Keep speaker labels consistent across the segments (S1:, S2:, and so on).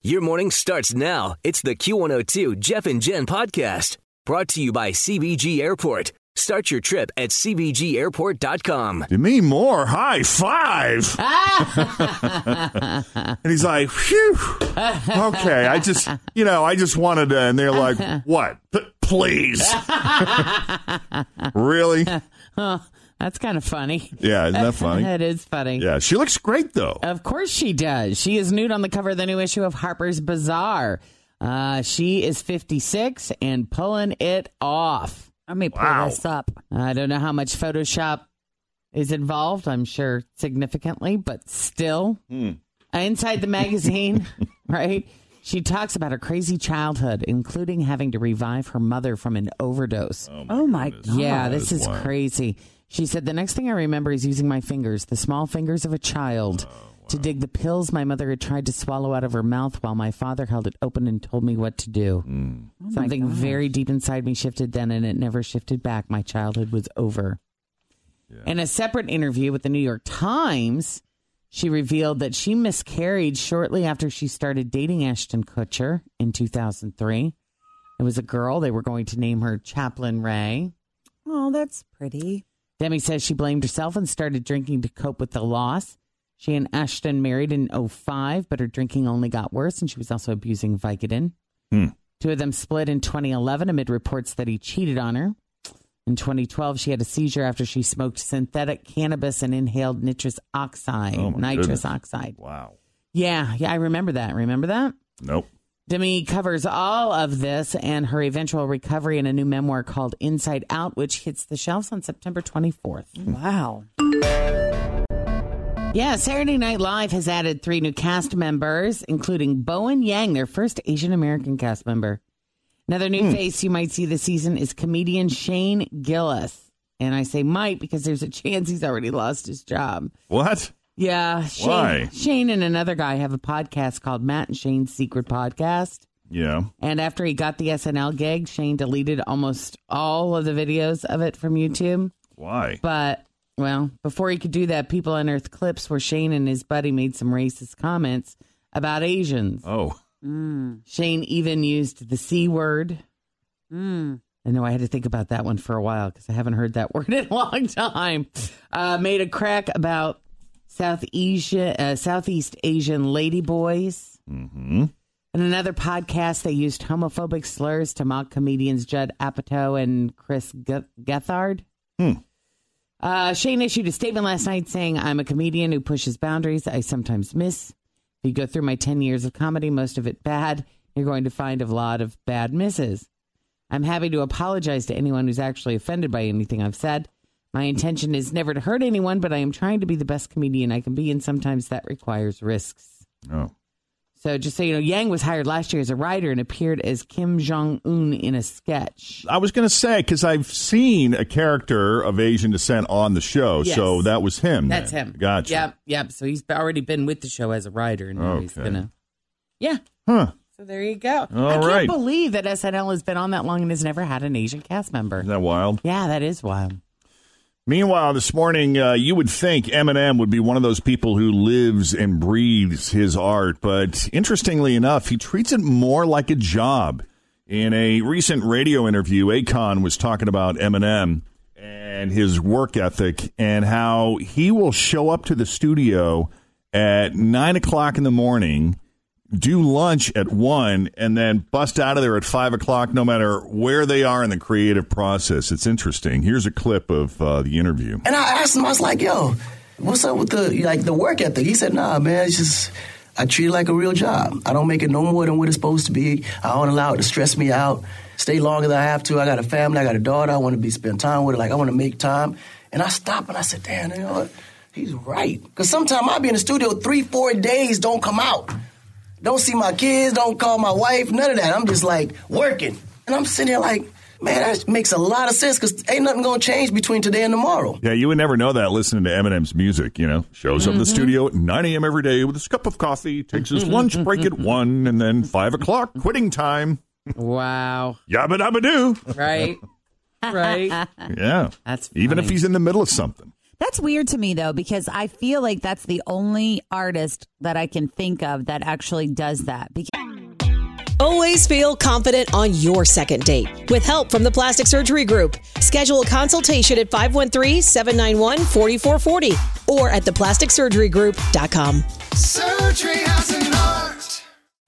S1: Your morning starts now. It's the Q102 Jeff and Jen podcast brought to you by CBG Airport. Start your trip at CBGAirport.com.
S2: You mean more? High five! and he's like, phew. Okay, I just, you know, I just wanted to. And they're like, what? P- please. really?
S3: Oh, that's kind of funny.
S2: Yeah, isn't that funny?
S3: That is funny.
S2: Yeah, she looks great, though.
S3: Of course she does. She is nude on the cover of the new issue of Harper's Bazaar. Uh, she is 56 and pulling it off.
S4: Let me pull
S2: Wow.
S4: this up.
S3: I don't know how much Photoshop is involved. I'm sure significantly, but still.
S4: Hmm.
S3: Uh, Inside the magazine, right? She talks about her crazy childhood, including having to revive her mother from an overdose.
S4: Oh my god.
S3: Yeah,
S2: That
S3: this
S2: is
S3: is
S2: wild.
S3: crazy. She said, The next thing I remember is using my fingers, the small fingers of a child,
S4: Oh,
S3: to dig the pills my mother had tried to swallow out of her mouth while my father held it open and told me what to do. Something very deep inside me shifted then, and it never shifted back. My childhood was over. In a separate interview with the New York Times, she revealed that she miscarried shortly after she started dating Ashton Kutcher in 2003. It was a girl. They were going to name her Chaplain Ray.
S4: Oh, that's pretty.
S3: Demi says she blamed herself and started drinking to cope with the loss. She and Ashton married in 05, but her drinking only got worse, and she was also abusing Vicodin.
S2: Hmm.
S3: Two of them split in 2011 amid reports that he cheated on her. In 2012, she had a seizure after she smoked synthetic cannabis and inhaled nitrous oxide.
S2: Oh, my
S3: nitrous
S2: goodness.
S3: oxide.
S2: Wow.
S3: Yeah, yeah, I remember that. Remember that?
S2: Nope.
S3: Demi covers all of this and her eventual recovery in a new memoir called Inside Out, which hits the shelves on September 24th.
S4: Wow.
S3: Yeah, Saturday Night Live has added three new cast members, including Bowen Yang, their first Asian American cast member. Another new face you might see this season is comedian Shane Gillis. And I say might because there's a chance he's already lost his job.
S2: What?
S3: Yeah, Shane,
S2: Why?
S3: Shane and another guy have a podcast called Matt and Shane's Secret Podcast.
S2: Yeah.
S3: And after he got the SNL gig, Shane deleted almost all of the videos of it from YouTube.
S2: Why?
S3: But well, before he could do that, people unearthed clips where Shane and his buddy made some racist comments about Asians.
S2: Oh.
S3: Shane even used the C word. I know I had to think about that one for a while because I haven't heard that word in a long time. Uh, made a crack about South Asia, uh, Southeast Asian lady boys.
S2: Mm-hmm.
S3: In another podcast, they used homophobic slurs to mock comedians Judd Apatow and Chris Ge- Gethard.
S2: Hmm.
S3: Uh, Shane issued a statement last night saying, I'm a comedian who pushes boundaries. I sometimes miss. If you go through my 10 years of comedy, most of it bad, you're going to find a lot of bad misses. I'm happy to apologize to anyone who's actually offended by anything I've said. My intention is never to hurt anyone, but I am trying to be the best comedian I can be, and sometimes that requires risks.
S2: Oh.
S3: So just so you know, Yang was hired last year as a writer and appeared as Kim Jong Un in a sketch.
S2: I was going to say because I've seen a character of Asian descent on the show,
S3: Yes.
S2: so that was him.
S3: That's
S2: then.
S3: him.
S2: Gotcha.
S3: Yep, yep. So he's already been with the show as a writer, and now he's
S2: Okay.
S3: gonna. Yeah.
S2: Huh.
S3: So there you go.
S2: All
S3: I can't
S2: right.
S3: believe that SNL has been on that long and has never had an Asian cast member.
S2: Isn't that wild?
S3: Yeah, that is wild.
S2: Meanwhile, this morning, uh, you would think Eminem would be one of those people who lives and breathes his art, but interestingly enough, he treats it more like a job. In a recent radio interview, Akon was talking about Eminem and his work ethic and how he will show up to the studio at nine o'clock in the morning, do lunch at one, and then bust out of there at five o'clock, no matter where they are in the creative process. It's interesting. Here's a clip of uh, the interview.
S5: And I asked him, I was like, yo, what's up with the like the work ethic? He said, nah, man, it's just I treat it like a real job. I don't make it no more than what it's supposed to be. I don't allow it to stress me out. Stay longer than I have to. I got a family, I got a daughter, I wanna be spend time with her, like I wanna make time. And I stop and I said, damn, you know what? He's right. Cause sometimes I be in the studio three, four days, don't come out. Don't see my kids, don't call my wife, none of that. I'm just like working. And I'm sitting there like, man, that makes a lot of sense because ain't nothing going to change between today and tomorrow.
S2: Yeah, you would never know that listening to Eminem's music, you know. Shows up in the
S3: Mm-hmm.
S2: studio at 9 a.m. every day with his cup of coffee, takes his lunch break at 1, and then 5 o'clock, quitting time.
S3: Wow.
S2: Yabba dabba doo.
S3: Right. right.
S2: Yeah.
S3: That's
S2: Even if
S3: funny.
S2: he's in the middle of something.
S6: That's weird to me though, because I feel like that's the only artist that I can think of that actually does that. Because
S7: Always feel confident on your second date. With help from the Plastic Surgery Group, schedule a consultation at 513 791 4440 or at theplasticsurgerygroup.com.
S8: Surgery has an art.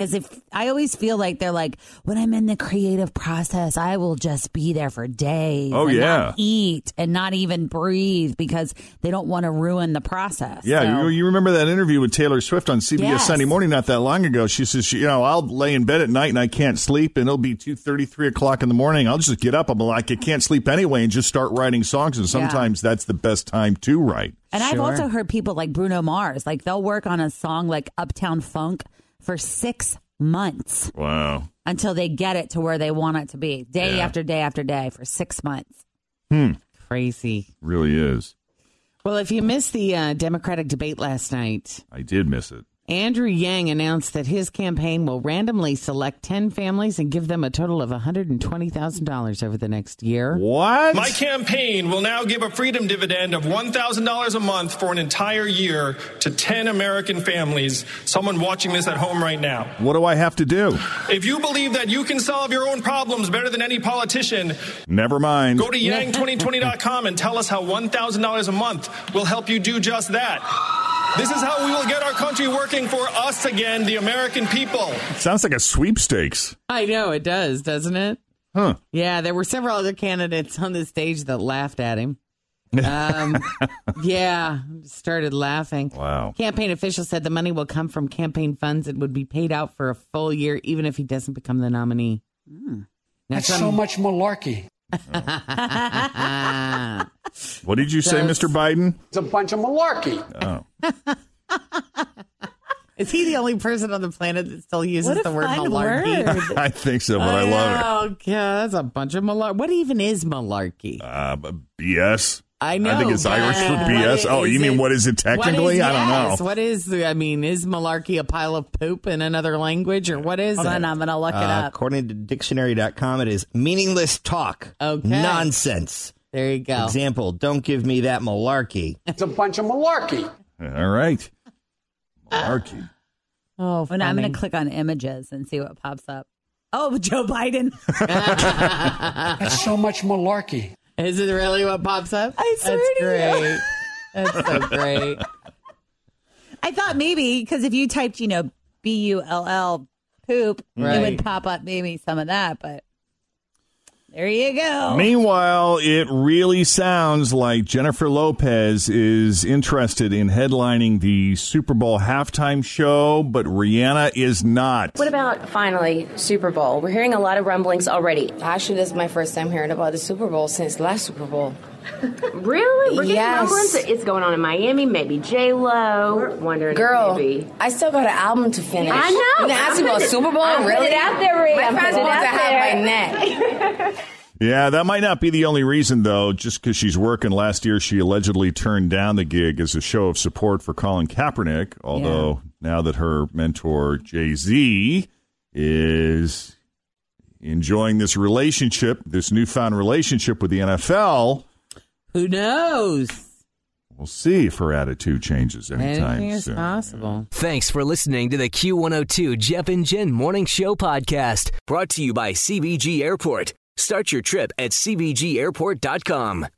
S6: if I always feel like they're like, when I'm in the creative process, I will just be there for days.
S2: Oh,
S6: and
S2: yeah.
S6: Not eat and not even breathe because they don't want to ruin the process.
S2: Yeah,
S6: So-
S2: you, you remember that interview with Taylor Swift on CBS
S6: Yes.
S2: Sunday Morning not that long ago. She says, she, you know, I'll lay in bed at night and I can't sleep, and it'll be two thirty, three o'clock in the morning. I'll just get up. I'm like, I can't sleep anyway, and just start writing songs. And sometimes that's the best time to write.
S6: And I've
S3: Sure.
S6: also heard people like Bruno Mars, like they'll work on a song like Uptown Funk for six months
S2: Wow.
S6: until they get it to where they want it to be, day after day after day for six months.
S3: Crazy.
S2: Really is.
S3: Well, if you missed the uh, Democratic debate last night,
S2: I did miss it.
S3: Andrew Yang announced that his campaign will randomly select 10 families and give them a total of $120,000 over the next year.
S2: What?
S8: My campaign will now give a freedom dividend of $1,000 a month for an entire year to 10 American families. Someone watching this at home right now.
S2: What do I have to do?
S8: If you believe that you can solve your own problems better than any politician,
S2: Never mind.
S8: go to yang2020.com and tell us how $1,000 a month will help you do just that. This is how we will get our country working for us again, the American people.
S2: Sounds like a sweepstakes.
S3: I know it does, doesn't it?
S2: Huh.
S3: Yeah, there were several other candidates on the stage that laughed at him. Um, yeah, started laughing.
S2: Wow.
S3: Campaign officials said the money will come from campaign funds and would be paid out for a full year, even if he doesn't become the nominee. Now,
S9: That's
S3: some-
S9: so much malarkey.
S2: What did you say,
S3: Does-
S2: Mr. Biden?
S9: It's a bunch of malarkey.
S2: Oh.
S3: Is he the only person on the planet that still uses
S4: What a
S3: the word
S4: fun
S3: malarkey?
S4: word.
S2: I think so, but I, love
S3: Oh, God, that's a bunch of malarkey. What even is malarkey?
S2: it. Uh, but BS.
S3: I know.
S2: I think it's
S3: but
S2: Irish for
S3: what
S2: BS. Oh, you mean what is it
S3: what is-
S2: technically? I don't
S3: yes,
S2: know.
S3: What is, I mean, is malarkey a pile of poop in another language or what is
S6: Hold on,
S3: it?
S6: I'm going to look it
S10: Uh,
S6: up.
S10: according to dictionary.com, it is meaningless talk.
S3: Okay.
S10: Nonsense.
S3: There you go.
S10: Example, don't give me that malarkey.
S9: It's a bunch of malarkey.
S2: All right. Malarkey.
S3: Oh,
S6: When I'm going
S3: funny.
S6: to click on images and see what pops up. Oh, Joe Biden.
S9: That's so much malarkey.
S3: Is it really what pops up?
S6: I swear
S3: That's
S6: to
S3: great.
S6: you.
S3: That's so great.
S6: I thought maybe because if you typed, you know, B U L L poop, it
S3: Right.
S6: would pop up maybe some of that, but there you
S3: Oh.
S6: go.
S2: Meanwhile, it really sounds like Jennifer Lopez is interested in headlining the Super Bowl halftime show, but Rihanna is not.
S11: What about finally Super Bowl? We're hearing a lot of rumblings already. Actually, this is my first time hearing about the Super Bowl since last Super Bowl.
S12: Really? We're getting
S11: Yes.
S12: rumblings that it's going on in Miami. Maybe J Lo. Wondering.
S11: Girl,
S12: If maybe.
S11: I still got an album to finish.
S12: I know.
S11: You
S12: I'm
S11: asking about
S12: putting-
S11: Super Bowl?
S12: I'm putting
S11: really?
S12: it out there, Rhea. I'm
S11: My friends
S12: putting it
S11: want to
S12: out
S11: have my
S12: there.
S11: neck.
S2: Yeah, that might not be the only reason, though. Just because she's working last year, she allegedly turned down the gig as a show of support for Colin Kaepernick. Although now that her mentor Jay Z is enjoying this relationship, this newfound relationship with the NFL,
S3: Who knows?
S2: we'll see if her attitude changes anytime
S3: Anything is
S2: soon.
S3: possible.
S1: Thanks for listening to the Q102 Jeff and Jen Morning Show podcast, brought to you by CBG Airport. Start your trip at CBGAirport.com.